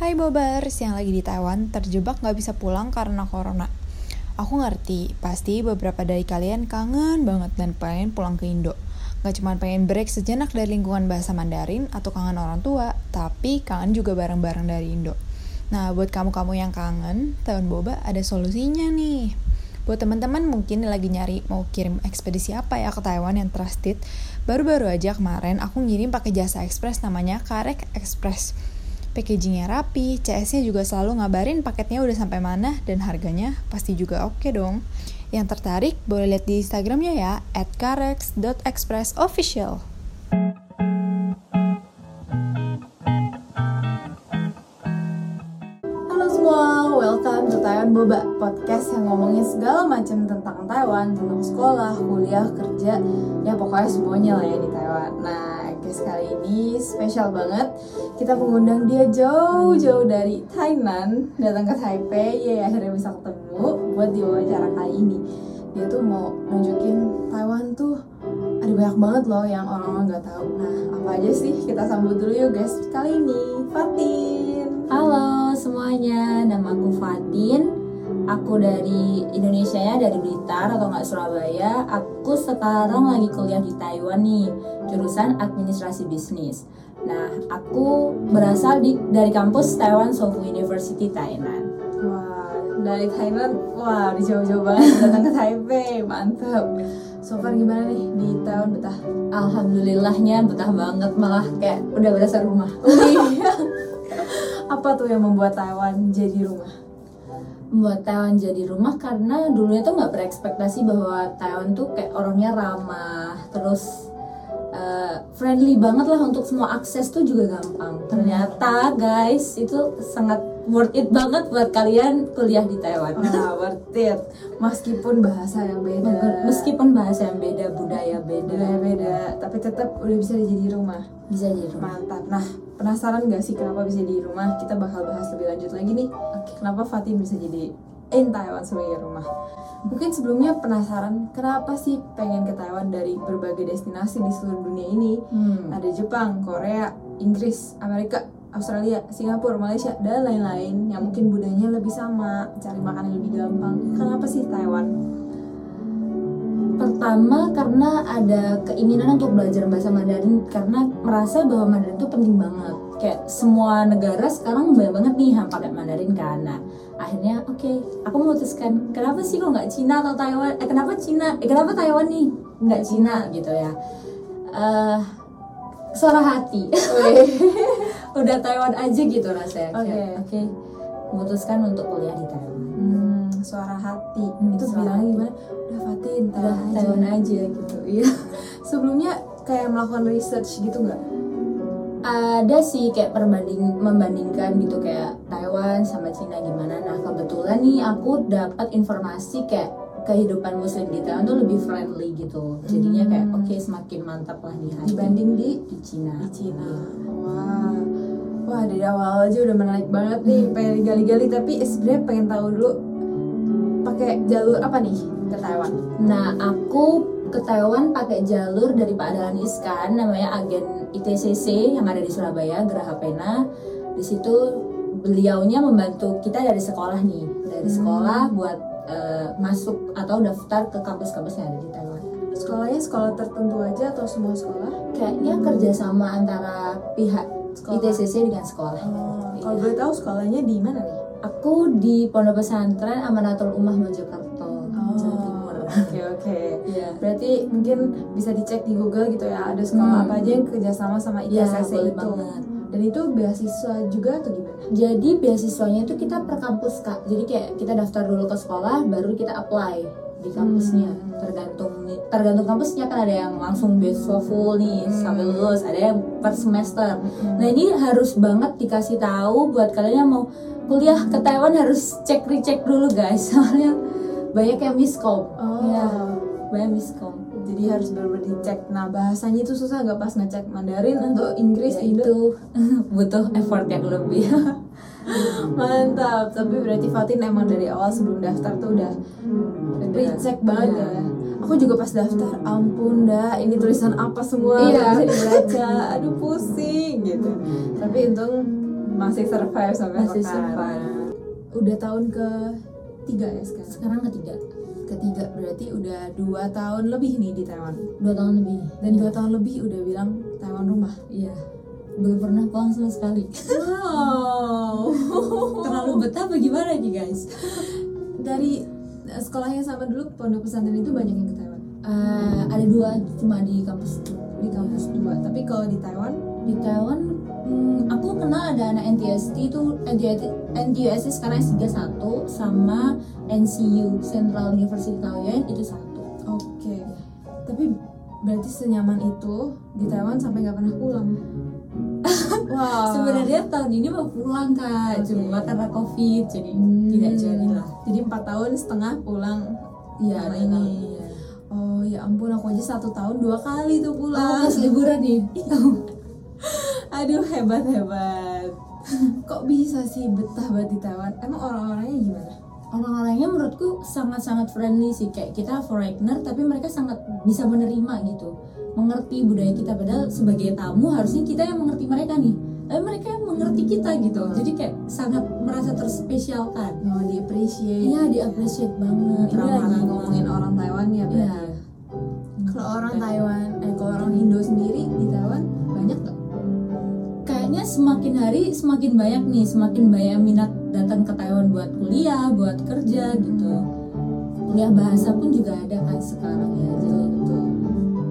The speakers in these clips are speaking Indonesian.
Hai Bobers, yang lagi di Taiwan terjebak nggak bisa pulang karena corona. Aku ngerti, pasti beberapa dari kalian kangen banget dan pengen pulang ke Indo. Gak cuma pengen break sejenak dari lingkungan bahasa Mandarin atau kangen orang tua, tapi kangen juga bareng-bareng dari Indo. Nah, buat kamu-kamu yang kangen, tahun boba ada solusinya nih. Buat teman-teman mungkin lagi nyari mau kirim ekspedisi apa ya ke Taiwan yang trusted, baru-baru aja kemarin aku ngirim pakai jasa ekspres namanya Karek Express. Packagingnya rapi, CS-nya juga selalu ngabarin paketnya udah sampai mana dan harganya pasti juga oke dong. Yang tertarik boleh lihat di Instagramnya ya, @karex.expressofficial. Halo semua, welcome to Taiwan Boba, podcast yang ngomongin segala macam tentang Taiwan, tentang sekolah, kuliah, kerja, ya pokoknya semuanya lah ya di Taiwan. Nah, guys kali ini spesial banget, kita mengundang dia jauh-jauh dari Thailand, datang ke Taipei, ya akhirnya bisa ketemu buat diwawancara kali ini. Dia tuh mau nunjukin Taiwan tuh ada banyak banget loh yang orang-orang nggak tahu. Nah, apa aja sih? Kita sambut dulu yuk guys kali ini, Fatin. Halo semuanya, nama aku Fatin. Aku dari Indonesia ya, dari Blitar atau nggak Surabaya. Aku sekarang lagi kuliah di Taiwan nih, jurusan administrasi bisnis. Nah, aku berasal di, dari kampus Taiwan Sofu University Thailand. Wah, dari Thailand, wah di jauh-jauh banget datang ke Taipei, mantep. So far gimana nih di tahun betah? Alhamdulillahnya betah banget malah kayak udah berasa rumah. Apa tuh yang membuat Taiwan jadi rumah? Buat Taiwan jadi rumah karena dulunya tuh nggak berekspektasi bahwa Taiwan tuh kayak orangnya ramah terus eh, friendly banget lah untuk semua akses tuh juga Hmm. gampang ternyata guys itu sangat worth it banget buat kalian kuliah di Taiwan Wah, Nah, worth it. Meskipun bahasa yang beda, meskipun bahasa yang beda budaya beda budaya beda, tapi tetap udah bisa jadi rumah. bisa jadi rumah Mantap. Nah, penasaran gak sih kenapa bisa di rumah? Kita bakal bahas lebih lanjut lagi nih. Kenapa Fatin bisa jadi in Taiwan sebagai rumah? Mungkin sebelumnya penasaran kenapa sih pengen ke Taiwan dari berbagai destinasi di seluruh dunia ini? Hmm. Ada Jepang, Korea, Inggris, Amerika, Australia, Singapura, Malaysia, dan lain-lain yang mungkin budayanya lebih sama, cari makanan lebih gampang. Kenapa sih Taiwan? Pertama karena ada keinginan untuk belajar bahasa Mandarin karena merasa bahwa Mandarin itu penting banget. Kayak semua negara sekarang banyak banget nih yang pakai Mandarin kan. Nah, akhirnya oke, aku memutuskan kenapa sih kok nggak Cina atau Taiwan? Eh kenapa Cina? Eh kenapa Taiwan nih nggak Cina gitu ya? Eh suara hati. Udah Taiwan aja gitu rasanya. Oke. Kayak, Oke. Memutuskan untuk kuliah di Taiwan. Hmm, suara hati. Hmm, Itu bilangnya suara hati. gimana? Udah Fatin, Udah Taiwan aja. Nah, Taiwan aja gitu. Iya. Sebelumnya kayak melakukan research gitu nggak? ada sih kayak perbanding membandingkan gitu kayak Taiwan sama Cina gimana nah kebetulan nih aku dapat informasi kayak kehidupan muslim di Taiwan tuh lebih friendly gitu jadinya kayak Hmm. oke semakin mantap lah nih hati Dibanding di di Cina Iya. di Cina. Wah, wah dari awal aja udah menarik banget nih, Hmm. pengen gali-gali. Tapi eh, sebenarnya pengen tahu dulu pakai jalur apa nih ke Taiwan? nah aku ke Taiwan pakai jalur dari Pak Dahlan Iskan namanya agen ITCC yang ada di Surabaya Geraha Pena di situ beliaunya membantu kita dari sekolah nih dari Hmm. sekolah buat eh, masuk atau daftar ke kampus-kampus yang ada di Taiwan Sekolahnya sekolah tertentu aja atau semua sekolah? kayaknya kerjasama antara pihak Sekolah. ITCC dengan sekolah Oh, kalau iya. boleh tahu sekolahnya di mana nih? aku di Pondok Pesantren Amanatul Ummah Mojokerto Jawa Timur Oke oke. Oh. Iya. Berarti mungkin bisa dicek di Google gitu ya ada sekolah Hmm. apa aja yang kerjasama sama Iya, ITSC boleh itu. banget. Dan itu beasiswa juga atau gimana? jadi beasiswanya itu kita per kampus kak jadi kayak kita daftar dulu ke sekolah baru kita apply di kampusnya Hmm. tergantung tergantung kampusnya kan ada yang langsung beasiswa full nih Hmm. sampai lulus ada yang per semester Nah ini harus banget dikasih tahu buat kalian yang mau kuliah ke Taiwan harus cek recheck dulu guys soalnya banyak yang miskom. Oh. Iya, banyak miskom. jadi harus benar-benar dicek nah bahasanya itu susah nggak pas ngecek Mandarin atau Inggris Ya, Indo itu butuh effort yang lebih. mantap tapi berarti Fatin emang dari awal sebelum daftar tuh udah Hmm. dicek banget Iya. ya aku juga pas daftar ampun dah ini tulisan apa semua Iya. Hmm. nggak bisa dibaca aduh pusing gitu tapi untung masih survive sampai Masih sekarang. survive. Udah tahun ke tiga ya sekarang. Sekarang ketiga, Ketiga berarti udah dua tahun lebih nih di Taiwan. dua tahun lebih. Dan Iya. dua tahun lebih udah bilang Taiwan rumah. Iya. Belum pernah pulang sama sekali. Wow. Terlalu betah apa gimana nih guys? Dari eh, sekolah yang sama dulu pondok pesantren itu banyak yang ke Taiwan Eh, ada dua cuma di kampus itu. di kampus dua. Tapi kalau di Taiwan Di Taiwan, hmm, aku kenal ada anak NTST itu NTST, NTST sekarang S31 sama NCU Central University Taoyuan itu satu. Oke. Tapi berarti senyaman itu di Taiwan sampai nggak pernah pulang. Ah. wow. Sebenarnya tahun ini mau pulang kak, Oke. cuma karena covid jadi Hmm. tidak jadi lah. Jadi empat tahun setengah pulang. Iya Karena ini. ini. Oh ya ampun aku aja satu tahun dua kali tuh Pulang pulang. pas liburan nih. Aduh hebat hebat. Kok bisa sih betah banget di Taiwan? Emang orang-orangnya gimana? Orang-orangnya menurutku sangat-sangat friendly sih kayak kita foreigner tapi mereka sangat bisa menerima gitu, mengerti budaya kita padahal sebagai tamu harusnya kita yang mengerti mereka nih. Tapi mereka yang mengerti kita gitu, jadi kayak sangat merasa terspesialkan. Oh di appreciate. Iya, di appreciate banget. Iya, Ini Ramah lagi- ngomongin orang Taiwan ya Iya. berarti. Kalau orang Taiwan, eh kalau orang Indo sendiri di Taiwan banyak nggak? kayaknya semakin hari semakin banyak nih semakin banyak yang minat datang ke Taiwan buat kuliah buat kerja gitu kuliah bahasa pun juga ada kan sekarang ya jadi itu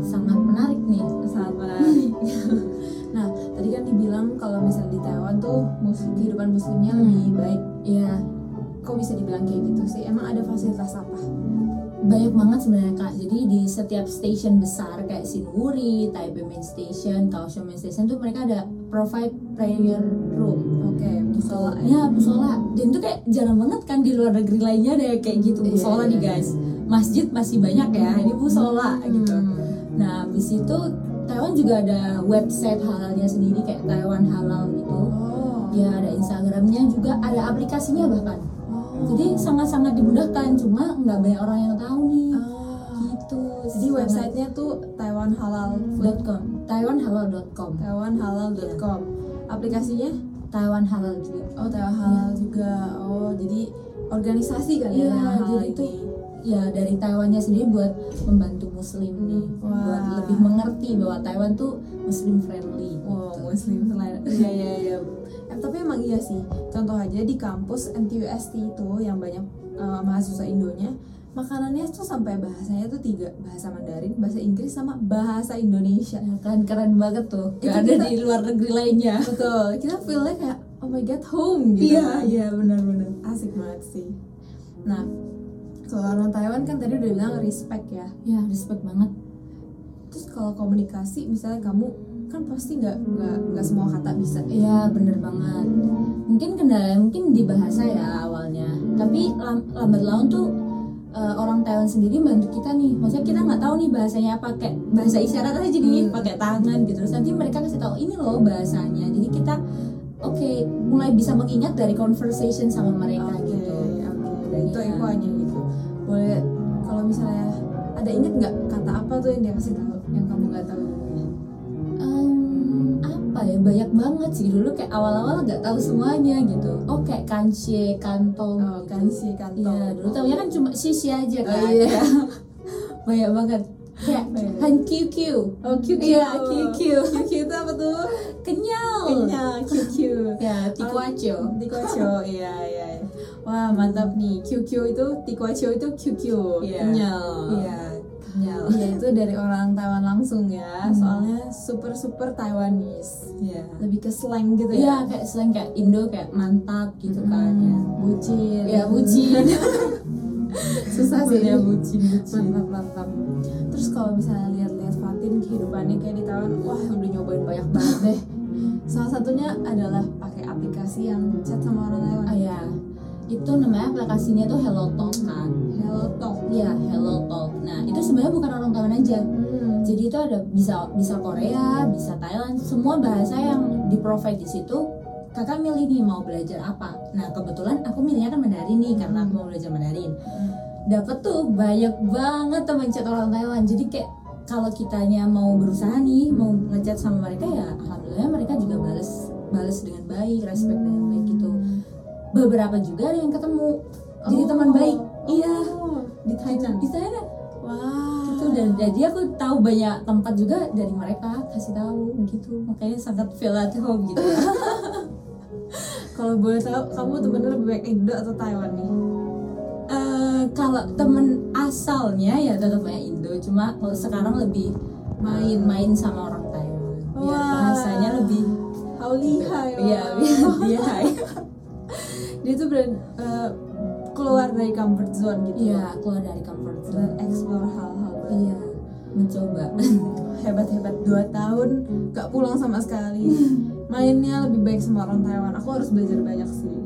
sangat menarik nih sama nah tadi kan dibilang kalau misalnya di Taiwan tuh muslim, kehidupan muslimnya lebih baik ya kok bisa dibilang kayak gitu sih emang ada fasilitas apa banyak banget sebenarnya kak jadi di setiap station besar kayak Sinwuri, Taipei Main Station, Kaohsiung Main Station tuh mereka ada provide prayer room oke musola eh, ya musola dan itu kayak jarang banget kan di luar negeri lainnya ada yang kayak gitu Iya, musola iya. Hmm. nih guys masjid masih banyak ya ini musola gitu gitu Nah, habis itu Taiwan juga ada website halalnya sendiri kayak Taiwan Halal gitu. oh Ya ada Instagramnya juga, ada aplikasinya bahkan. oh. Jadi sangat-sangat dimudahkan, cuma nggak banyak orang yang tahu nih. Gitu. jadi websitenya tuh Taiwan Halal Food .com, taiwanhalal.com, taiwanhalal.com aplikasinya Taiwan Halal juga. Iya. oh Taiwan Halal juga oh jadi organisasi kan ya Iya, Taiwan Halal jadi ini itu Ya dari Taiwannya sendiri buat membantu Muslim nih, Wah. buat lebih mengerti bahwa Taiwan tuh Muslim friendly. Wow, gitu. muslim selain Iya, iya, iya. Eh, tapi emang iya sih. Contoh aja di kampus NTUST itu yang banyak eh, mahasiswa Indonya, makanannya tuh sampai bahasanya tuh tiga, bahasa Mandarin, bahasa Inggris sama bahasa Indonesia. Ya kan keren banget tuh. Itu Gak ada di kita- luar negeri lainnya. Betul. Kita feel-nya kayak oh my god, home gitu. kan. iya benar-benar. Asik banget sih. Nah, kalau orang Taiwan kan tadi udah bilang respect ya. Ya respect banget. Terus kalau komunikasi misalnya kamu kan pasti nggak nggak nggak semua kata bisa. Iya bener banget. Mungkin kendala mungkin di bahasa ya awalnya. Tapi lam- lambat laun tuh eh, orang Taiwan sendiri bantu kita nih. Maksudnya kita nggak tahu nih bahasanya apa kayak bahasa isyarat aja jadi Hmm. pakai tangan gitu. Terus nanti mereka kasih tahu ini loh bahasanya. Jadi kita oke mulai bisa mengingat dari conversation sama mereka Oke, gitu. oke. Dan itu Iya. infoannya gitu. Boleh kalau misalnya ada inget nggak kata apa tuh yang dia kasih tahu yang kamu nggak tahu dulu? Em, apa ya banyak banget sih dulu kayak awal-awal nggak tahu semuanya gitu oh kayak kanshi kantong Oh, gitu. kan si kantong. Iya, dulu tahunya kan cuma sisi aja kan. Oh, iya. Banyak banget. Kayak Banyak. Han QQ. Oh, QQ. Iya, QQ. QQ itu apa tuh? Kenyal. Kenyal, Oh, QQ. Ya, Tikuacho. Tikuacho, iya, iya. iya. Wah, mantap nih. QQ itu, Tikuacho itu QQ. Iya. Kenyal. Iya. Iya. Kenyal. Iya, itu dari orang Taiwan langsung ya. Soalnya super-super Taiwanese. Iya. Lebih ke slang gitu Iya, ya. kayak slang kayak Indo kayak mantap gitu kan ya. Hmm. Bucin. Ya, bucin. Susah sih. Ya, bucin, bucin. mantap mantap terus kalau misalnya lihat-lihat Fatin kehidupannya kayak di Taiwan wah udah nyobain banyak banget deh salah satunya adalah pakai aplikasi yang chat sama orang Taiwan Ah ya. Itu namanya aplikasinya tuh Hello Talk kan. Hello Talk Iya, Hello Talk. Nah, itu sebenarnya bukan orang Taiwan aja. hmm. Jadi itu ada bisa bisa Korea, bisa Thailand, semua bahasa yang di provide di situ. Kakak milih nih mau belajar apa. Nah kebetulan aku milihnya kan Mandarin nih karena aku mau belajar Mandarin. Dapat tuh banyak banget teman chat orang Taiwan. Jadi kayak kalau kitanya mau berusaha nih mau ngechat sama mereka ya alhamdulillah mereka juga bales balas dengan baik respect dengan baik gitu beberapa juga ada yang ketemu jadi Oh. teman baik iya Oh, di Thailand di sana wah gitu dan jadi aku tahu banyak tempat juga dari mereka kasih tahu gitu makanya sangat feel at home gitu kalau boleh tahu kamu temennya lebih baik Indo atau Taiwan nih Eh, kalau temen asalnya ya tetap banyak Indo cuma kalau sekarang lebih main-main sama orang Taiwan biar Wah. bahasanya lebih how lihai iya wah. biar dia dia tuh beran eh, keluar dari comfort zone gitu iya keluar dari comfort dan zone explore hal-hal baru iya mencoba hebat-hebat dua tahun gak pulang sama sekali mainnya lebih baik sama orang Taiwan aku harus belajar banyak sih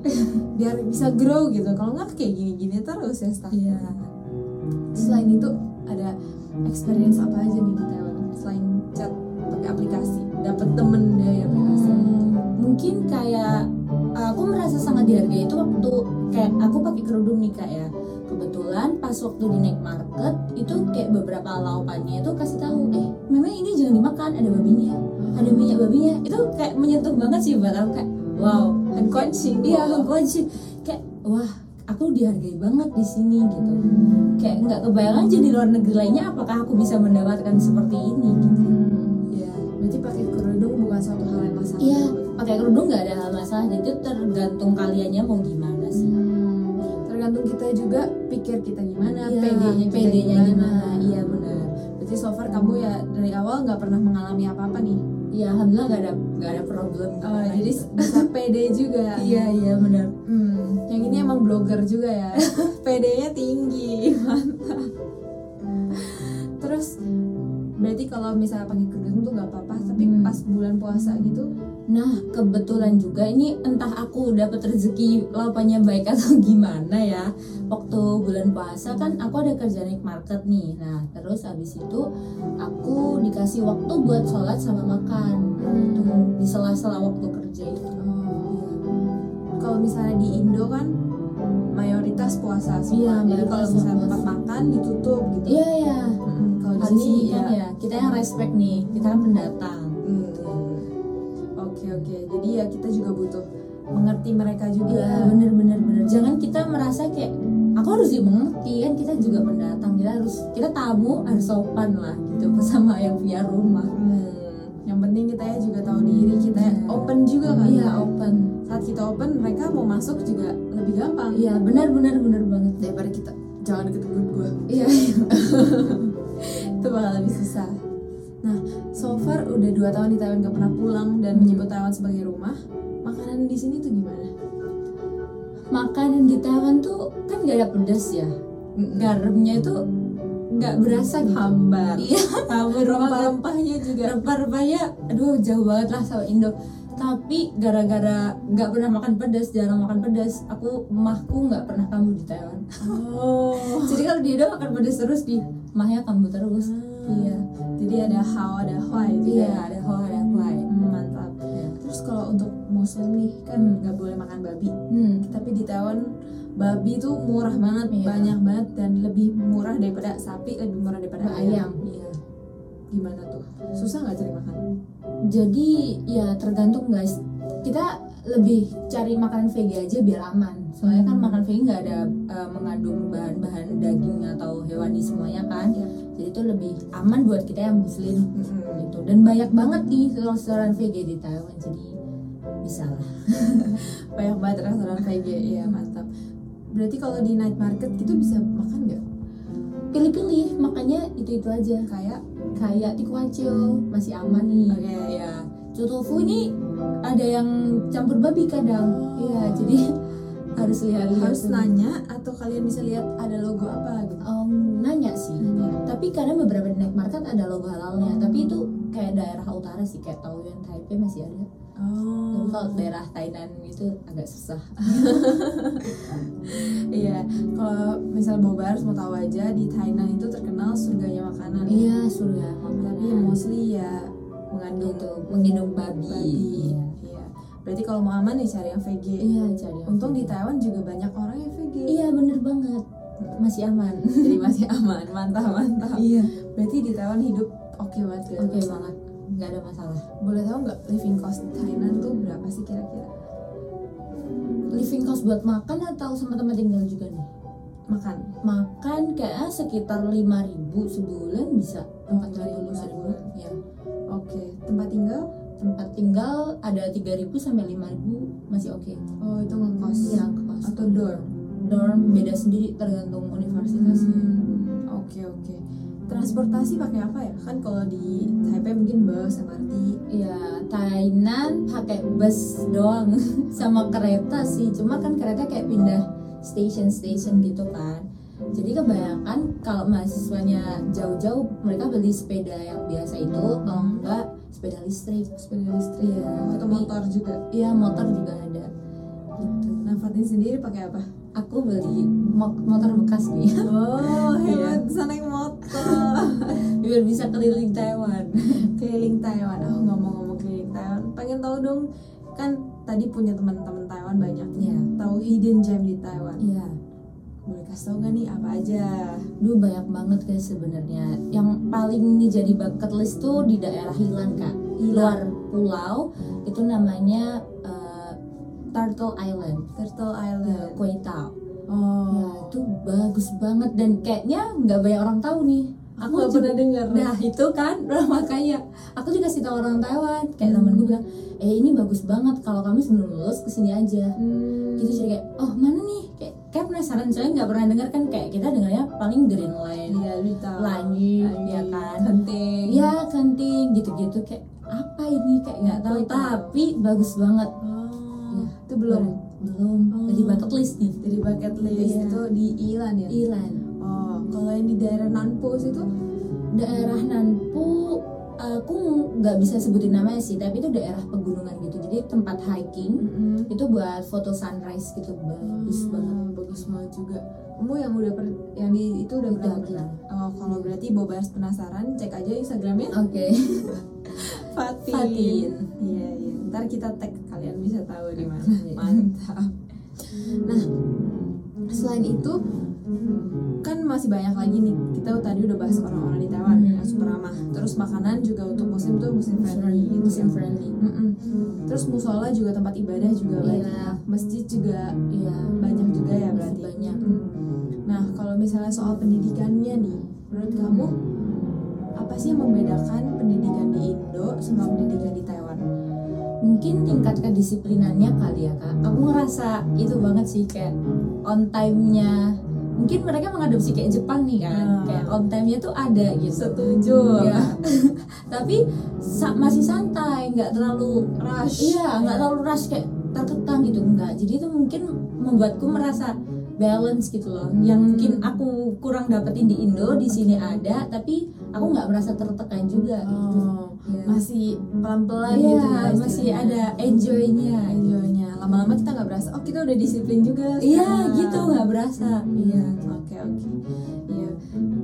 biar bisa grow gitu kalau nggak kayak gini-gini terus ya stuck iya selain itu ada experience apa aja nih di Taiwan selain chat pakai aplikasi dapat temen dari aplikasi Hmm, mungkin kayak aku merasa sangat dihargai itu waktu kayak aku pakai kerudung nih kak ya kebetulan pas waktu di night market itu kayak beberapa laupannya itu kasih tahu eh memang ini jangan dimakan ada babinya ada minyak babinya itu kayak menyentuh banget sih buat aku kayak wow hand coaching dia aku sih kayak wah aku dihargai banget di sini gitu Hmm. kayak nggak kebayang aja di luar negeri lainnya apakah aku bisa mendapatkan seperti ini gitu ya berarti pakai kerudung bukan suatu hal yang masalah Iya, pakai kerudung nggak ada hal masalah. Jadi itu tergantung kaliannya mau gimana sih. Hmm, tergantung kita juga pikir kita gimana Iya, PD-nya kita PD-nya gimana. gimana. Iya benar. berarti so far kamu ya dari awal nggak pernah mengalami apa-apa nih Iya, alhamdulillah nggak ada nggak ada problem. Oh, gimana jadi gitu. bisa PD juga iya iya benar. Hmm, yang ini emang blogger juga ya. PD-nya tinggi, mantap. Hmm. Terus berarti kalau misalnya pakai kerudung tuh nggak apa-apa, tapi Hmm. pas bulan puasa gitu, Nah kebetulan juga ini entah aku dapat rezeki lapannya baik atau gimana ya. Waktu bulan puasa kan aku ada kerja naik market nih. Nah terus habis itu aku dikasih waktu buat sholat sama makan. Hmm. Itu Oh, di sela-sela waktu kerja itu. iya. kalau misalnya di Indo kan mayoritas Iya, puasa semua. jadi mayoritas kalau misalnya puasa. tempat makan ditutup gitu. Iya ya. Mm-mm, kalau di Harus sini ini ya. kan ya, kita yang respect nih, kita kan pendatang. Hmm. Oke oke, jadi ya kita juga butuh mengerti mereka juga. Iya, bener bener bener. Jangan kita merasa kayak aku harus dimengerti kan kita juga pendatang, kita harus kita tamu harus sopan lah gitu sama yang punya rumah. Hmm, yang penting kita ya juga tahu diri kita ya Iya. open juga kan Iya open. saat kita open mereka mau masuk juga lebih gampang Iya bener bener bener banget. daripada kita jangan deket deket gue Iya. itu bakal lebih susah nah so far udah dua tahun di Taiwan gak pernah pulang Hmm. dan menyebut Taiwan sebagai rumah makanan di sini tuh gimana Makanan di Taiwan tuh kan gak ada pedas ya. Garamnya itu nggak berasa gitu. hambar Iya. hambar rempah-rempahnya juga Rempah-rempahnya, aduh jauh banget lah sama Indo. Tapi gara-gara nggak pernah makan pedas, jarang makan pedas, aku mahku nggak pernah kamu di Taiwan. oh Jadi kalau di Indo makan pedas terus di mahnya kamu terus. Iya, iya jadi ada how ada why juga ya. ada hoa, ada huai. Hmm, mantap terus kalau untuk muslim nih kan nggak boleh makan babi Hmm. tapi di Taiwan babi tuh murah banget Iya. banyak banget dan lebih murah daripada sapi lebih murah daripada Sama ayam. ayam. Iya. gimana tuh susah nggak cari makan Jadi ya tergantung guys. Kita lebih cari makanan veggie aja biar aman. Soalnya kan makan veggie nggak ada eh, mengandung bahan-bahan daging atau hewani semuanya kan. Iya. Jadi itu lebih aman buat kita yang muslim. gitu dan banyak banget nih restoran VG di Taiwan jadi bisa lah banyak banget restoran VG iya, ya mantap berarti kalau di night market gitu bisa makan nggak pilih-pilih makanya itu itu aja kayak kayak tikuacio masih aman nih Oke. ya cutofu ini ada yang campur babi kadang Oh. iya jadi harus lihat-lihat Iya. harus dulu. nanya atau kalian bisa lihat ada logo apa gitu Em, nanya sih tapi kadang beberapa di night market ada logo Oh. halalnya tapi itu kayak daerah utara sih kayak Taoyuan Taipei masih ada tapi kalau oh daerah Tainan itu agak susah iya kalau misal bobar mau tahu aja di Thailand itu terkenal surganya makanan iya surga tapi mostly ya mengandung Hmm. gitu menggendong babi, babi. Iya. Berarti kalau mau aman ya cari yang VG. iya cari yang- Untung di Taiwan juga banyak orang yang VG. iya bener banget masih aman Jadi masih aman, mantap mantap. iya Berarti di Taiwan hidup oke banget ya. oke banget nggak ada masalah Boleh tahu nggak living cost Thailand tuh berapa sih kira-kira? living cost buat makan atau sama tempat tinggal juga nih Makan. makan kayak sekitar 5000 sebulan bisa tempat tinggal Oh, 5.000 sebulan ya Oke, tempat tinggal? tempat tinggal ada 3000 sampai 5000 masih oke Oh, itu ngekos. ya kos Atau dorm? dorm beda sendiri tergantung universitasnya Hmm, Oke, oke. Transportasi pakai apa ya? Kan kalau di Taipei mungkin bus, MRT. ya Thailand pakai bus doang sama kereta sih cuma kan kereta kayak pindah station station gitu kan jadi kebanyakan kalau mahasiswanya jauh-jauh mereka beli sepeda yang biasa itu kalau enggak sepeda listrik Hmm. sepeda listrik Iya, atau tapi- motor juga. Iya motor juga ada. Gitu. Nah, Fatin sendiri pakai apa? Aku beli mo- motor bekas nih Oh, hebat. bisa naik motor. biar bisa keliling Taiwan. keliling Taiwan. Oh, ngomong-ngomong keliling Taiwan, pengen tahu dong kan tadi punya teman-teman Taiwan banyak. Iya. Tahu hidden gem di Taiwan. Iya. Boleh kasih tau gak nih apa aja? Duh banyak banget guys sebenarnya. Yang paling ini jadi bucket list tuh di daerah Hilan kak. Luar pulau itu namanya eh, Turtle Island. Turtle Ya, Island. Koh Tao. Ya, Oh. itu bagus banget dan kayaknya nggak banyak orang tahu nih. Aku gak juga- pernah dengar. Nah itu kan nah, makanya aku juga kasih tau orang Taiwan Hmm. kayak temen gue bilang eh ini bagus banget kalau kamu sebelum lulus kesini aja Hmm. gitu jadi kayak oh mana nih kayak kayak penasaran soalnya nggak pernah dengar kan kayak kita dengarnya paling Greenland Iya, lu tahu. Lanyi, ya kan? Penting. ya kanting gitu-gitu kayak apa ini kayak nggak tahu Nggak tahu. tapi bagus banget Oh, Iya. itu belum. belum Hmm. Oh. di bucket list nih Jadi bucket list Iya. itu di Ilan ya. Ilan Oh, kalau yang di daerah Nanpus itu daerah Nanpu aku nggak bisa sebutin namanya sih tapi itu daerah pegunungan gitu jadi tempat hiking Hmm, itu buat foto sunrise gitu bagus banget bagus banget juga. Kamu yang udah per, yang di itu udah Udah pernah pernah. Oh, kalau berarti Bobas penasaran, cek aja Instagramnya oke Fatin. Fatin. Iya iya. Ntar kita tag kalian bisa tahu di mana. Iya. Mantap. Nah, selain itu kan masih banyak lagi nih kita tadi udah bahas orang-orang di Taiwan Hmm. yang super ramah terus makanan juga untuk muslim tuh muslim friendly gitu musim ya. friendly Mm-mm. terus musola juga tempat ibadah juga banyak iya masjid juga iya banyak juga ya masih berarti banyak Mm. Nah, kalau misalnya soal pendidikannya nih, menurut kamu apa sih yang membedakan pendidikan di Indo sama pendidikan di Taiwan? mungkin tingkat kedisiplinannya kali ya kak aku ngerasa itu banget sih kayak on time-nya mungkin mereka mengadopsi kayak Jepang nih kan Ah. kayak on time-nya tuh ada gitu Setuju. Iya. tapi sa- masih santai nggak terlalu Rush. iya nggak terlalu rush kayak terkekang gitu enggak jadi itu mungkin membuatku merasa balance gitu loh yang Hmm. mungkin aku kurang dapetin di Indo di sini ada tapi aku nggak merasa tertekan juga gitu Oh, Iya. masih pelan-pelan Iya, gitu ya, masih istilahnya. ada enjoy-nya enjoy-nya. Lama-lama kita nggak berasa, oh kita udah disiplin juga. iya sekarang. gitu nggak berasa Iya, oke oke. Iya.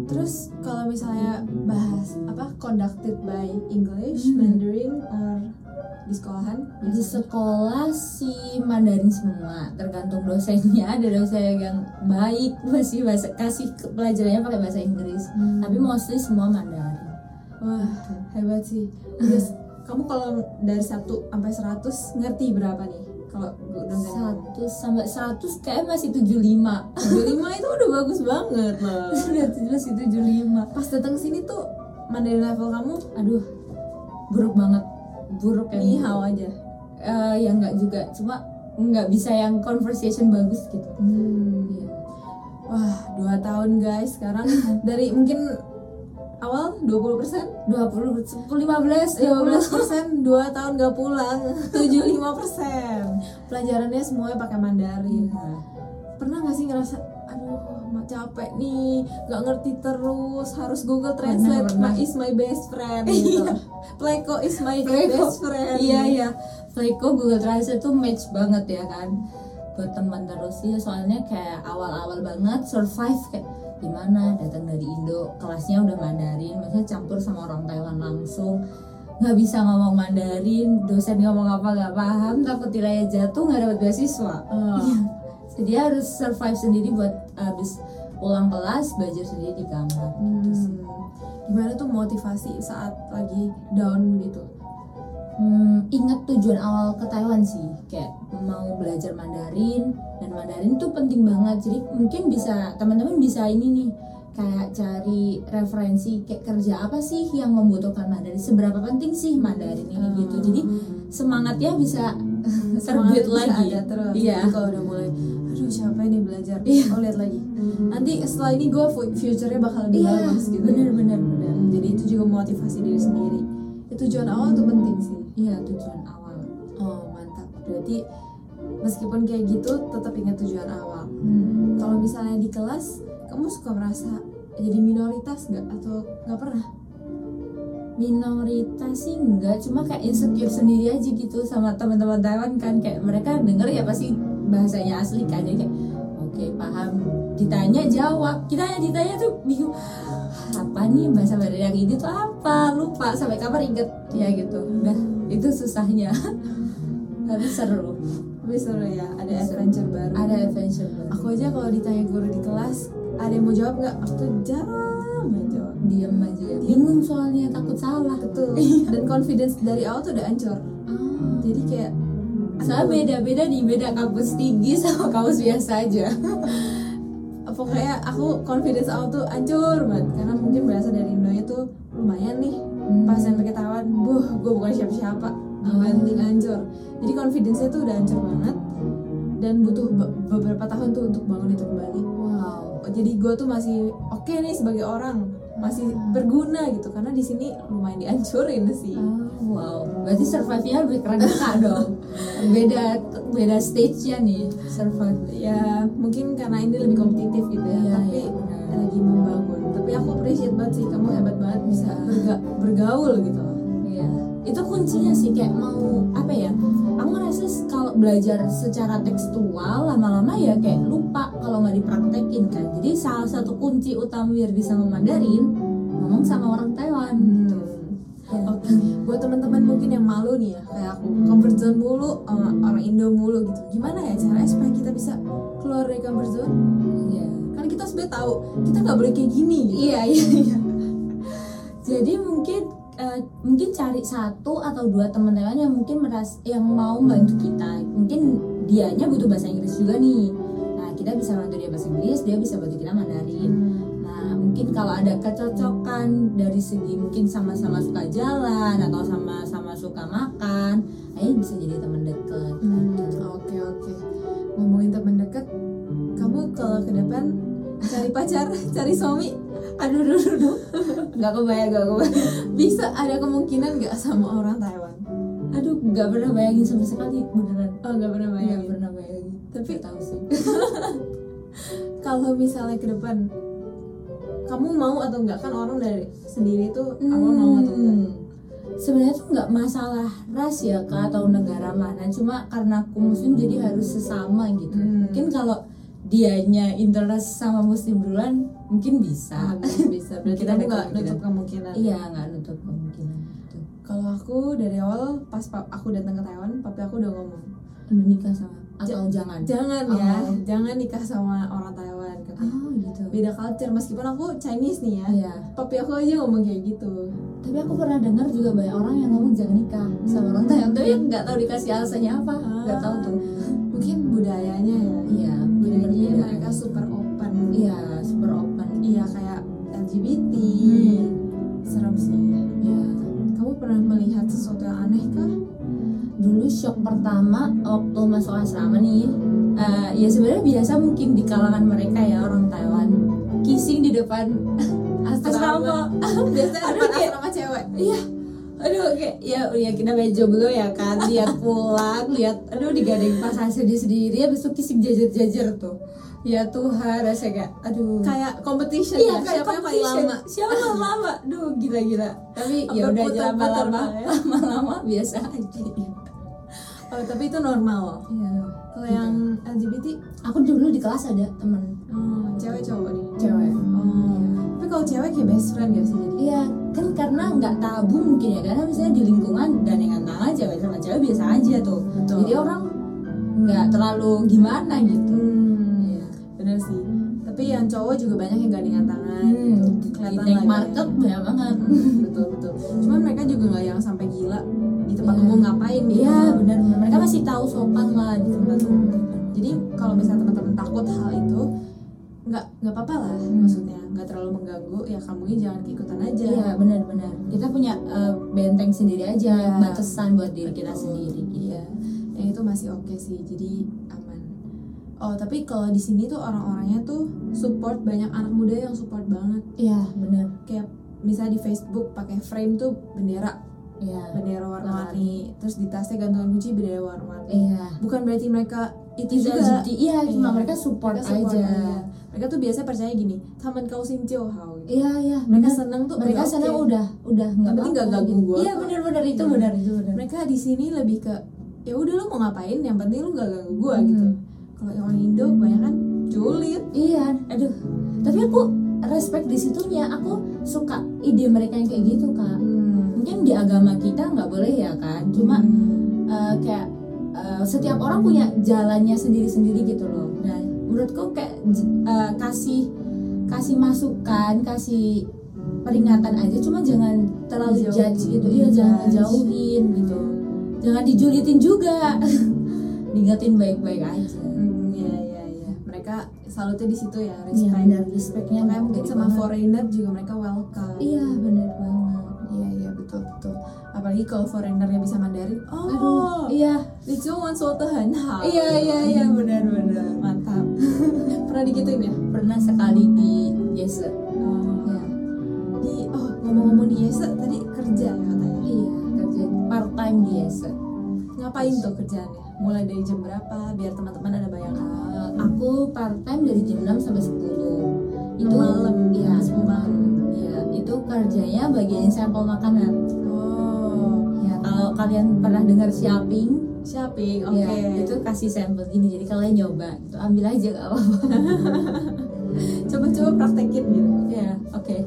Terus kalau misalnya bahas apa conducted by English, Hmm. Mandarin, or di sekolahan? di sekolah si Mandarin semua tergantung dosennya ada dosen yang baik masih bahasa kasih ke- pelajarannya pakai bahasa Inggris tapi mostly semua Mandarin Wah, hebat sih. Udah, s- kamu kalau dari 1 sampai 100 ngerti berapa nih? Kalau gue udah ngomong. satu sampai 100 kayak masih 75 75 itu udah bagus banget loh. sudah masih 75 Pas datang sini tuh Mandarin level kamu aduh buruk banget buruk yang ni hao aja. Eh, ya nggak juga cuma nggak bisa yang conversation bagus gitu Hmm. Wah, 2 tahun guys sekarang dari mungkin awal 20%, 20 15 15 15%, 2 tahun gak pulang, 75%. Pelajarannya semuanya pakai Mandarin. Iya. pernah nggak sih ngerasa aduh mak capek nih nggak ngerti terus harus Google Translate pernah. "Ma is my best friend gitu Pleco is my Pleco. best friend iya iya Fleco Google Translate tuh match banget ya kan buat teman terus ya soalnya kayak awal-awal banget survive kayak gimana datang dari Indo kelasnya udah Mandarin maksudnya campur sama orang Taiwan langsung nggak bisa ngomong Mandarin dosen ngomong apa nggak paham takut nilainya jatuh nggak dapat beasiswa Oh. Iya. jadi harus survive sendiri buat abis pulang kelas belajar sendiri di kamar gitu sih. Hmm, gimana tuh motivasi saat lagi down gitu? Hmm, ingat tujuan awal ke Taiwan sih, kayak mau belajar Mandarin dan Mandarin tuh penting banget. Jadi mungkin bisa teman-teman bisa ini nih kayak cari referensi kayak kerja apa sih yang membutuhkan Mandarin, seberapa penting sih Mandarin ini gitu. Jadi semangatnya bisa Hmm. Semangat terbit bisa lagi. ada terus. Iya. Jadi Kalau udah mulai, aduh siapa ini belajar? Oh lihat lagi. Nanti setelah ini gue future-nya bakal lebih Hmm. Iya, bagus gitu. bener-bener. Dan jadi itu juga motivasi diri sendiri. Ya, tujuan awal tuh penting sih. Iya, tujuan awal. Oh mantap. Berarti meskipun kayak gitu, tetap ingat tujuan awal. Hmm, Kalau misalnya di kelas, kamu suka merasa jadi minoritas nggak atau nggak pernah? minoritas sih enggak cuma kayak insecure sendiri aja gitu sama teman-teman Taiwan kan kayak mereka denger ya pasti bahasanya asli kan jadi kayak oke paham ditanya jawab kita yang ditanya tuh bingung "Hah, apa nih bahasa Mandarin yang ini tuh apa lupa sampai kamar inget ya gitu udah itu susahnya tapi seru Tapi seru ya, ada Seru. adventure baru. ada adventure baru. Aku aja kalau ditanya guru di kelas, ada yang mau jawab nggak? Aku tuh jarang banget jawab. diam aja bingung soalnya takut salah Betul. Dan confidence dari awal tuh udah ancur. Iya. Ah. Jadi kayak Soalnya beda-beda nih, beda kampus tinggi sama kampus biasa aja pokoknya aku confidence awal tuh ancur banget karena mungkin berasal dari Indonya tuh lumayan nih Hmm. pas sampai ketahuan buh gue bukan siapa-siapa Oh. dibanting ancur jadi confidence-nya tuh udah ancur banget dan butuh be- beberapa tahun tuh untuk bangun itu kembali Wow jadi gue tuh masih oke nih sebagai orang masih Hmm. berguna gitu karena di sini lumayan dihancurin sih Ah. Wow, berarti survive-nya lebih keren kakak dong Beda beda stage-nya nih, survive ya mungkin karena ini lebih kompetitif gitu ya Iya, tapi iya, benar. lagi membangun tapi aku appreciate banget sih kamu hebat banget bisa Iya. berga- bergaul gitu loh Iya, itu kuncinya sih kayak mau apa ya? Aku ngerasa s- kalau belajar secara tekstual lama-lama ya kayak lupa kalau nggak dipraktekin kan. Jadi salah satu kunci utama biar bisa memandarin ngomong sama orang Taiwan. gitu. Ya. Oke, buat teman-teman mungkin yang malu nih ya kayak aku comfort zone mulu sama orang Indo mulu gitu. Gimana ya caranya supaya kita bisa keluar dari comfort zone? Iya. Kan kita sebenarnya tahu kita nggak boleh kayak gini gitu. Iya iya iya. Jadi mungkin eh, mungkin cari satu atau dua teman Taiwan yang mungkin meras yang mau bantu kita. Mungkin dianya butuh bahasa Inggris juga nih. Nah kita bisa bantu dia bahasa Inggris, dia bisa bantu kita Mandarin. Nah mungkin kalau ada kecocokan dari segi mungkin sama-sama suka jalan atau sama-sama suka makan, akhirnya bisa jadi teman gitu. dekat. Hmm, Oke oke. Ngomongin teman dekat, kamu kalau ke depan cari pacar, cari suami, aduh aduh aduh, aduh. Gak kebayang, gak kebayang. bisa ada kemungkinan nggak sama orang Taiwan? Aduh, gak pernah bayangin sama sekali beneran. Oh nggak pernah Gak bayangin. pernah bayangin. Tapi Gak tahu sih. kalau misalnya ke depan kamu mau atau enggak kan orang dari sendiri tuh awal mau atau enggak Hmm. Sebenarnya tuh nggak masalah ras ya kak atau negara mana, cuma karena aku muslim jadi harus sesama gitu. Hmm. Mungkin kalau dianya interest sama muslim duluan mungkin Ah, bisa. bisa berarti Kita ada kemungkinan. kamu nggak nutup kemungkinan Iya nggak nutup kemungkinan. Gitu. kalau aku dari awal pas pa- aku datang ke Taiwan papi aku udah ngomong Udah nikah sama atau jangan? jangan ya Oh. jangan nikah sama orang Taiwan katanya Ah gitu. beda culture meskipun aku Chinese nih ya Iya. papi aku aja ngomong kayak gitu Tapi aku pernah dengar juga banyak orang yang ngomong jangan nikah sama orang Thailand, tapi nggak tahu dikasih alasannya apa, nggak tahu tuh. mungkin budayanya ya Iya, budayanya ya. berbeda. mereka super open Iya, super open. iya kayak LGBT Hmm. serem sih Iya. kamu pernah melihat sesuatu yang aneh kah dulu shock pertama waktu masuk asrama nih eh, ya sebenarnya biasa mungkin di kalangan mereka ya orang Taiwan kissing di depan asrama biasanya Aduh, depan kayak- asrama cewek iya aduh kayak ya ya kita bejo dulu ya kan lihat pulang lihat aduh digadeng pas sedih sendiri habis itu kissing jajar jajar tuh ya Tuhan rasanya kayak aduh kayak competition Iya, ya, kayak siapa yang paling competition. lama Siapa yang lama? Duh, gila-gila. gitu. Tapi ya udah aja Berputar-putar lama-lama, malah ya. lama-lama biasa aja. oh tapi itu normal Iya. kalau yang LGBT Aku dulu di kelas ada temen hmm, cewek cowok nih cewek. oh tapi kalau cewek kayak best friend gak sih jadi Iya, kan karena nggak tabu mungkin ya, karena misalnya di lingkungan dan yang tangan cewek sama cewek biasa aja tuh. Betul. Jadi orang nggak terlalu gimana gitu. hmm, Iya. bener sih tapi tapi yang cowok juga banyak yang gandengan tangan Hmm, gitu. di kelihatan night lah market kayak- banyak banget Hmm, betul betul cuman mereka juga nggak yang sampai gila di tempat Iya. umum ngapain gitu. iya benar mereka masih tahu sopan lah di tempat umum. jadi kalau misalnya teman-teman takut hal itu nggak nggak apa-apa lah Hmm. maksudnya nggak terlalu mengganggu ya kamu ini jangan keikutan aja iya benar-benar kita punya eh, benteng sendiri aja Iya. batasan buat diri kita Betul. sendiri gitu Iya, yang itu masih oke sih, jadi aman. Oh, tapi kalau di sini tuh orang-orangnya tuh support banyak anak muda yang support banget. iya benar Kayak misalnya di Facebook pakai frame tuh bendera, iya bendera warna-warni. Terus di tasnya gantungan kunci bendera warna-warni. iya Bukan berarti mereka itu tidak juga jadi iya cuma Iya. mereka support, iya. mereka support aja Mereka tuh biasa percaya gini, taman kau sing jauh hao." Gitu. iya iya Mereka benar. seneng tuh mereka udah sana oke. udah udah nggak penting nggak apa-apa ganggu gitu. gua. iya benar-benar itu Iya. benar itu benar Mereka di sini lebih ke ya udah lu mau ngapain, yang penting lu gak ganggu gua gitu. Hmm. Kalau yang orang Indo kebanyakan julid. iya aduh tapi aku respect di situnya aku suka ide mereka yang kayak gitu kak mungkin di agama kita nggak boleh ya kan cuma eh, kayak eh, setiap orang punya jalannya sendiri-sendiri gitu loh nah menurutku kayak j- eh, kasih kasih masukan kasih peringatan aja cuma jangan terlalu Dijauhin. judge gitu iya jangan Judge. jauhin gitu jangan dijulitin juga diingetin baik-baik aja Hmm, ya ya ya. Mereka salutnya di situ ya, Iya, respect. benar respectnya Makanya mungkin gede sama banget. foreigner juga mereka welcome. iya benar banget Iya iya betul betul. Apalagi kalau foreignernya bisa Mandarin. Oh, aduh iya Di Taiwan suatu Han Hao. iya iya iya benar benar Iya. Mantap. Pernah digituin ya? pernah sekali di E. Yes Iya. Di oh ngomong-ngomong di Yese tadi kerja ya katanya. Iya, kerja part time di E. Yesen. Ngapain tuh kerjaannya? Mulai dari jam berapa? Biar teman-teman ada bayangan. Eh, aku part time dari jam 6 sampai 10. Itu Malam, Iya, sepuluh malam. Iya, itu kerjanya bagian sampel makanan. Oh, Ya, kalau kalian pernah dengar shopping, shopping. Oke. ya, itu kasih sampel gini. Jadi kalian nyoba, itu ambil aja gak apa-apa. Coba-coba praktekin gitu. Ya, oke.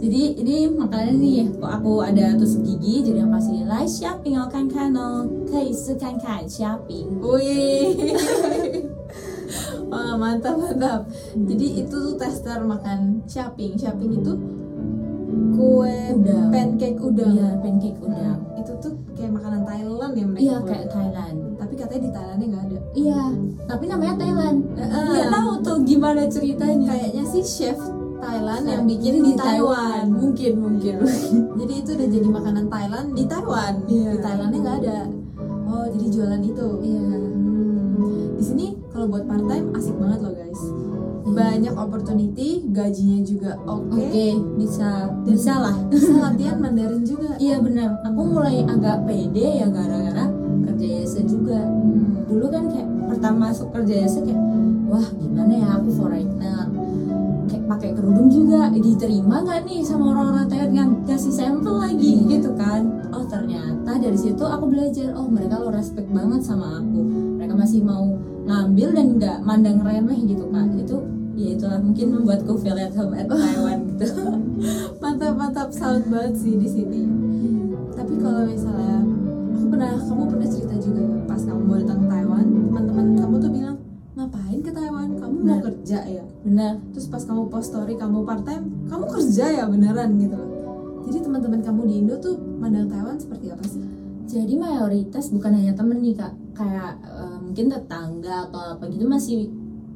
Jadi ini makanan nih, kok aku ada tusuk gigi, jadi aku kasih like shopping, oh kan kan oh, shopping. Wih. Wah, mantap mantap. Hmm. Jadi itu tuh tester makan shopping. Shopping itu kue Udang. pancake udang. Iya, pancake udang. Itu tuh kayak makanan Thailand ya mereka. Iya, buat. kayak Thailand. Tapi katanya di Thailandnya nggak ada. Iya, tapi namanya Thailand. Heeh. Nggak tahu tuh gimana ceritanya. Kayaknya sih chef Thailand Iya. Nah, yang bikin di Taiwan. Mungkin, mungkin. Jadi itu udah jadi makanan Thailand di Taiwan. Iya. Di Thailandnya nggak ada. Oh, jadi jualan itu. Iya. Hmm, Di sini kalau buat part time asik banget loh guys. Iya. Banyak opportunity, gajinya juga oke. Oke, bisa. Dan- Bisa lah. Bisa latihan Mandarin juga. Iya benar. Aku mulai agak pede ya gara-gara kerja Yesen juga. Dulu kan kayak pertama masuk kerja Yesen kayak wah gimana ya aku foreigner kayak pakai kerudung juga "Eh, diterima nggak nih sama orang-orang Thailand yang kasih sampel lagi Iya. gitu kan oh ternyata dari situ aku belajar oh mereka lo respect banget sama aku mereka masih mau ngambil dan nggak mandang remeh gitu kan itu ya itulah mungkin membuatku feel at home at Taiwan gitu Mantap mantap salut banget sih di sini. Tapi kalau misalnya aku pernah kamu pernah cerita juga ya, pas kamu baru datang ke Taiwan, teman-teman kamu tuh bilang ngapain ke Taiwan? Kamu mau Benar. kerja ya? benar Terus pas kamu post story kamu part time, kamu kerja ya beneran gitu loh. Jadi teman-teman kamu di Indo tuh mandang Taiwan seperti apa sih? Jadi mayoritas bukan hanya temen nih kak, kayak eh, mungkin tetangga atau apa gitu masih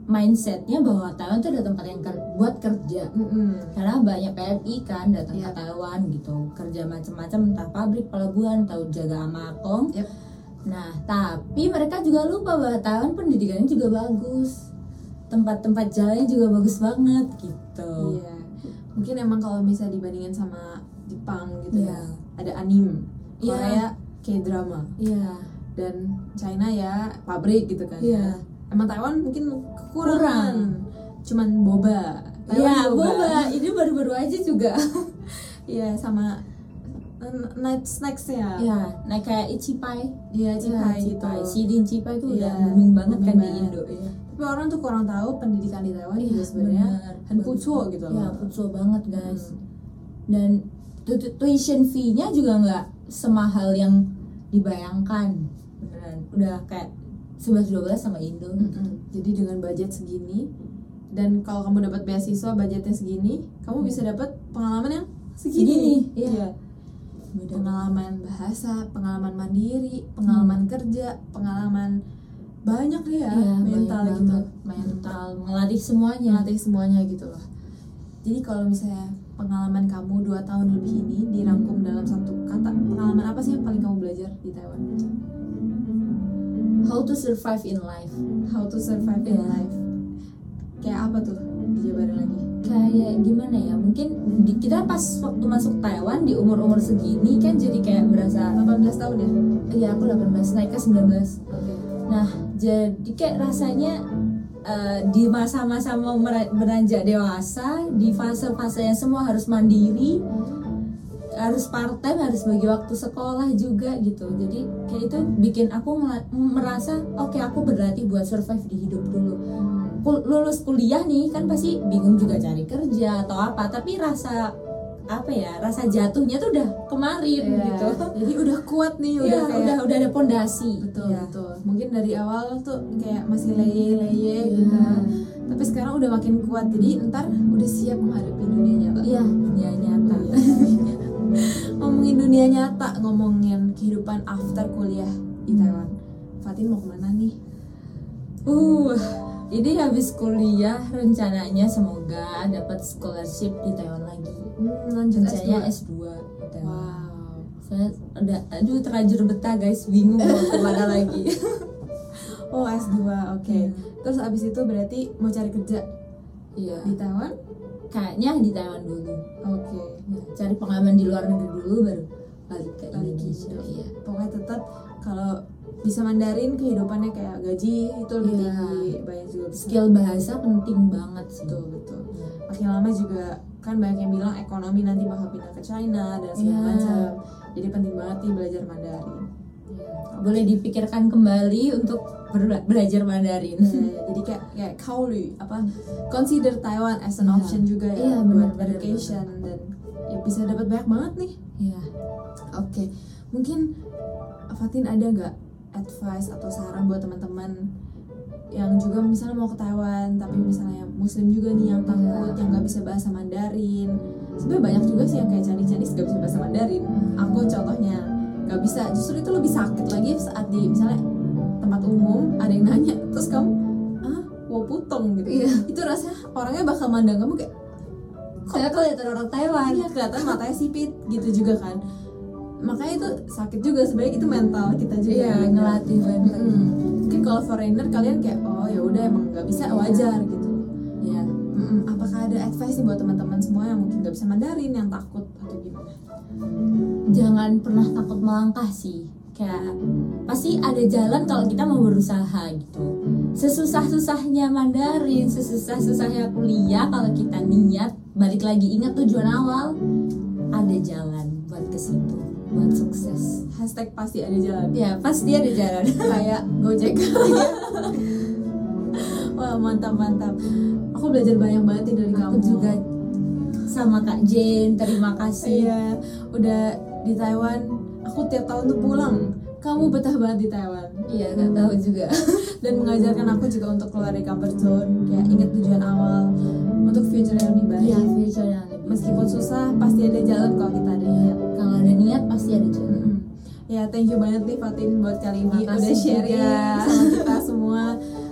mindsetnya bahwa Taiwan itu adalah tempat yang ker- buat kerja. Karena banyak PMI kan datang Iya. ke Taiwan gitu, kerja macam-macam entah pabrik, pelabuhan, atau jaga amakong. Yep. Nah, tapi mereka juga lupa bahwa Taiwan pendidikannya juga bagus, tempat-tempat jalannya juga bagus banget gitu. Iya. Mungkin emang kalau misalnya dibandingin sama Jepang gitu Iya. ya, ada anime, Iya. Korea K-drama Iya, dan China ya pabrik gitu kan. iya, Emang Taiwan mungkin Kurang. kekurangan. Cuman boba. iya, Taiwan boba. Ini baru-baru aja juga. Iya, sama n- night snacks ya. Iya, nah kayak Ichipai Iya, Cipai Cikai gitu. gitu. Sidin Cipai itu udah Iya, booming banget kan di booming Indo ya. Tapi orang tuh kurang tahu pendidikan di Taiwan juga Iya, sebenarnya Hanpucuo gitu Ya, loh. Hmm. pucuk banget guys. Dan tu- tu- tuition fee-nya juga nggak semahal yang dibayangkan. Beneran. Udah kayak 11 12 sama Indo. Mm-mm. Jadi dengan budget segini dan kalau kamu dapat beasiswa budgetnya segini kamu bisa dapat pengalaman yang segini, Segini, iya. Beda pengalaman bahasa pengalaman mandiri pengalaman kerja pengalaman banyak nih ya Hmm. Iya, mental banyak gitu banget. mental melatih semuanya melatih semuanya gitu loh jadi kalau misalnya pengalaman kamu dua tahun lebih ini dirangkum dalam satu kata pengalaman apa sih yang paling kamu belajar di Taiwan how to survive in life how to survive in Iya. life kayak apa tuh dijabarin lagi kayak gimana ya mungkin di, kita pas waktu masuk Taiwan di umur umur segini kan jadi kayak berasa 18 tahun ya ya aku 18 naik ke 19 oke Nah, jadi kayak rasanya eh, di masa-masa mau mera- beranjak dewasa, di fase-fase yang semua harus mandiri, harus part time, harus bagi waktu sekolah juga gitu. Jadi kayak itu bikin aku ngela- merasa oke aku berlatih buat survive di hidup dulu. Kul- Lulus kuliah nih kan pasti bingung juga cari kerja atau apa, tapi rasa apa ya rasa jatuhnya tuh udah kemarin Iya. gitu. jadi udah kuat Iya, nih udah kayak udah udah ada pondasi. betul Iya. betul mungkin dari awal tuh kayak masih leye leye Iya. gitu tapi sekarang udah makin kuat jadi ntar udah siap menghadapi dunia nyata Iya, dunia nyata. ngomongin dunia nyata ngomongin kehidupan after kuliah di Taiwan Fatin mau kemana nih Uh, ini habis kuliah rencananya semoga dapat scholarship di Taiwan lagi. hmm, lanjut Rencananya S2 S2. di Taiwan. wow Saya udah aduh terlanjur betah guys, bingung mau kemana lagi. oh S2 oke terus abis itu berarti mau cari kerja Iya, di Taiwan kayaknya di Taiwan dulu. oke Ya, cari pengalaman di luar negeri dulu baru balik ke Balik ke Indonesia. Iya. pokoknya tetap kalau bisa Mandarin kehidupannya kayak gaji itu lebih Iya. tinggi banyak juga bisa. Skill bahasa penting banget sih. betul betul Iya. makin lama juga kan banyak yang bilang ekonomi nanti bakal pindah ke China dan segala Iya. macam jadi penting banget nih belajar Mandarin Boleh dipikirkan kembali untuk berla- belajar Mandarin. Ya, jadi kayak kayak kaulu apa consider Taiwan as an Iya. option juga Iya, ya benar, buat benar, education dan ya bisa dapat banyak banget nih Iya. oke mungkin Fatin ada nggak advice atau saran buat teman-teman yang juga misalnya mau ke Taiwan tapi misalnya Muslim juga nih yang takut Iya. yang nggak bisa bahasa Mandarin sebenarnya banyak juga sih yang kayak Chinese-Chinese nggak bisa bahasa Mandarin aku contohnya nggak bisa justru itu lebih sakit lagi saat di misalnya tempat umum ada yang nanya terus kamu ah wow putong gitu Iya. itu rasanya orangnya bakal mandang kamu kayak Saya kelihatan orang Taiwan. Iya kelihatan matanya sipit gitu juga kan makanya itu sakit juga sebenarnya itu mental kita juga Iya, gitu. ngelatih mental. Mm-mm. mungkin kalau foreigner kalian kayak oh ya udah emang nggak bisa Iya. wajar gitu Iya. Mm-mm. apakah ada advice nih buat teman-teman semua yang mungkin nggak bisa Mandarin yang takut atau gimana Jangan pernah takut melangkah sih. Kayak pasti ada jalan kalau kita mau berusaha gitu. Sesusah-susahnya Mandarin, sesusah-susahnya kuliah kalau kita niat, balik lagi ingat tujuan awal, ada jalan buat ke situ, buat sukses. hashtag pasti ada jalan Ya, pasti ada jalan. kayak Gojek. Wah mantap mantap. Aku belajar banyak banget nih dari kamu. Aku juga sama Kak Jane, terima kasih. Iya, udah di Taiwan. Aku tiap tahun tuh pulang. Kamu betah banget di Taiwan Iya, nggak tahu juga. dan mengajarkan aku juga untuk keluar dari comfort zone. Kayak ingat tujuan awal untuk future yang lebih baik. Iya, future yang lebih. Iya, Meskipun susah, pasti ada jalan kalau kita ada niat. kalau ada niat pasti ada jalan. Mm-mm. Ya, thank you banget nih Fatin buat kali ini Makasih udah sharing juga. sama kita semua.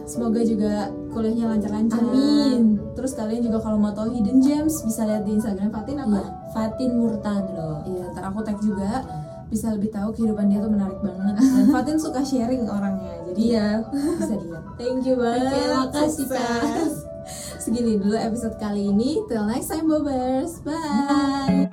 Semoga juga kuliahnya lancar-lancar. Amin. Terus kalian juga kalau mau tahu hidden gems bisa lihat di Instagram Fatin Iya, apa? Fatin Murtadro. Iya, ntar aku tag juga bisa lebih tahu kehidupan dia tuh menarik banget. Dan Fatin suka sharing orangnya. Jadi ya Iya. bisa dilihat. Thank you banget. Oke, makasih, Sukses. Pak. Segini dulu episode kali ini. Till next time, Bobbers. Bye.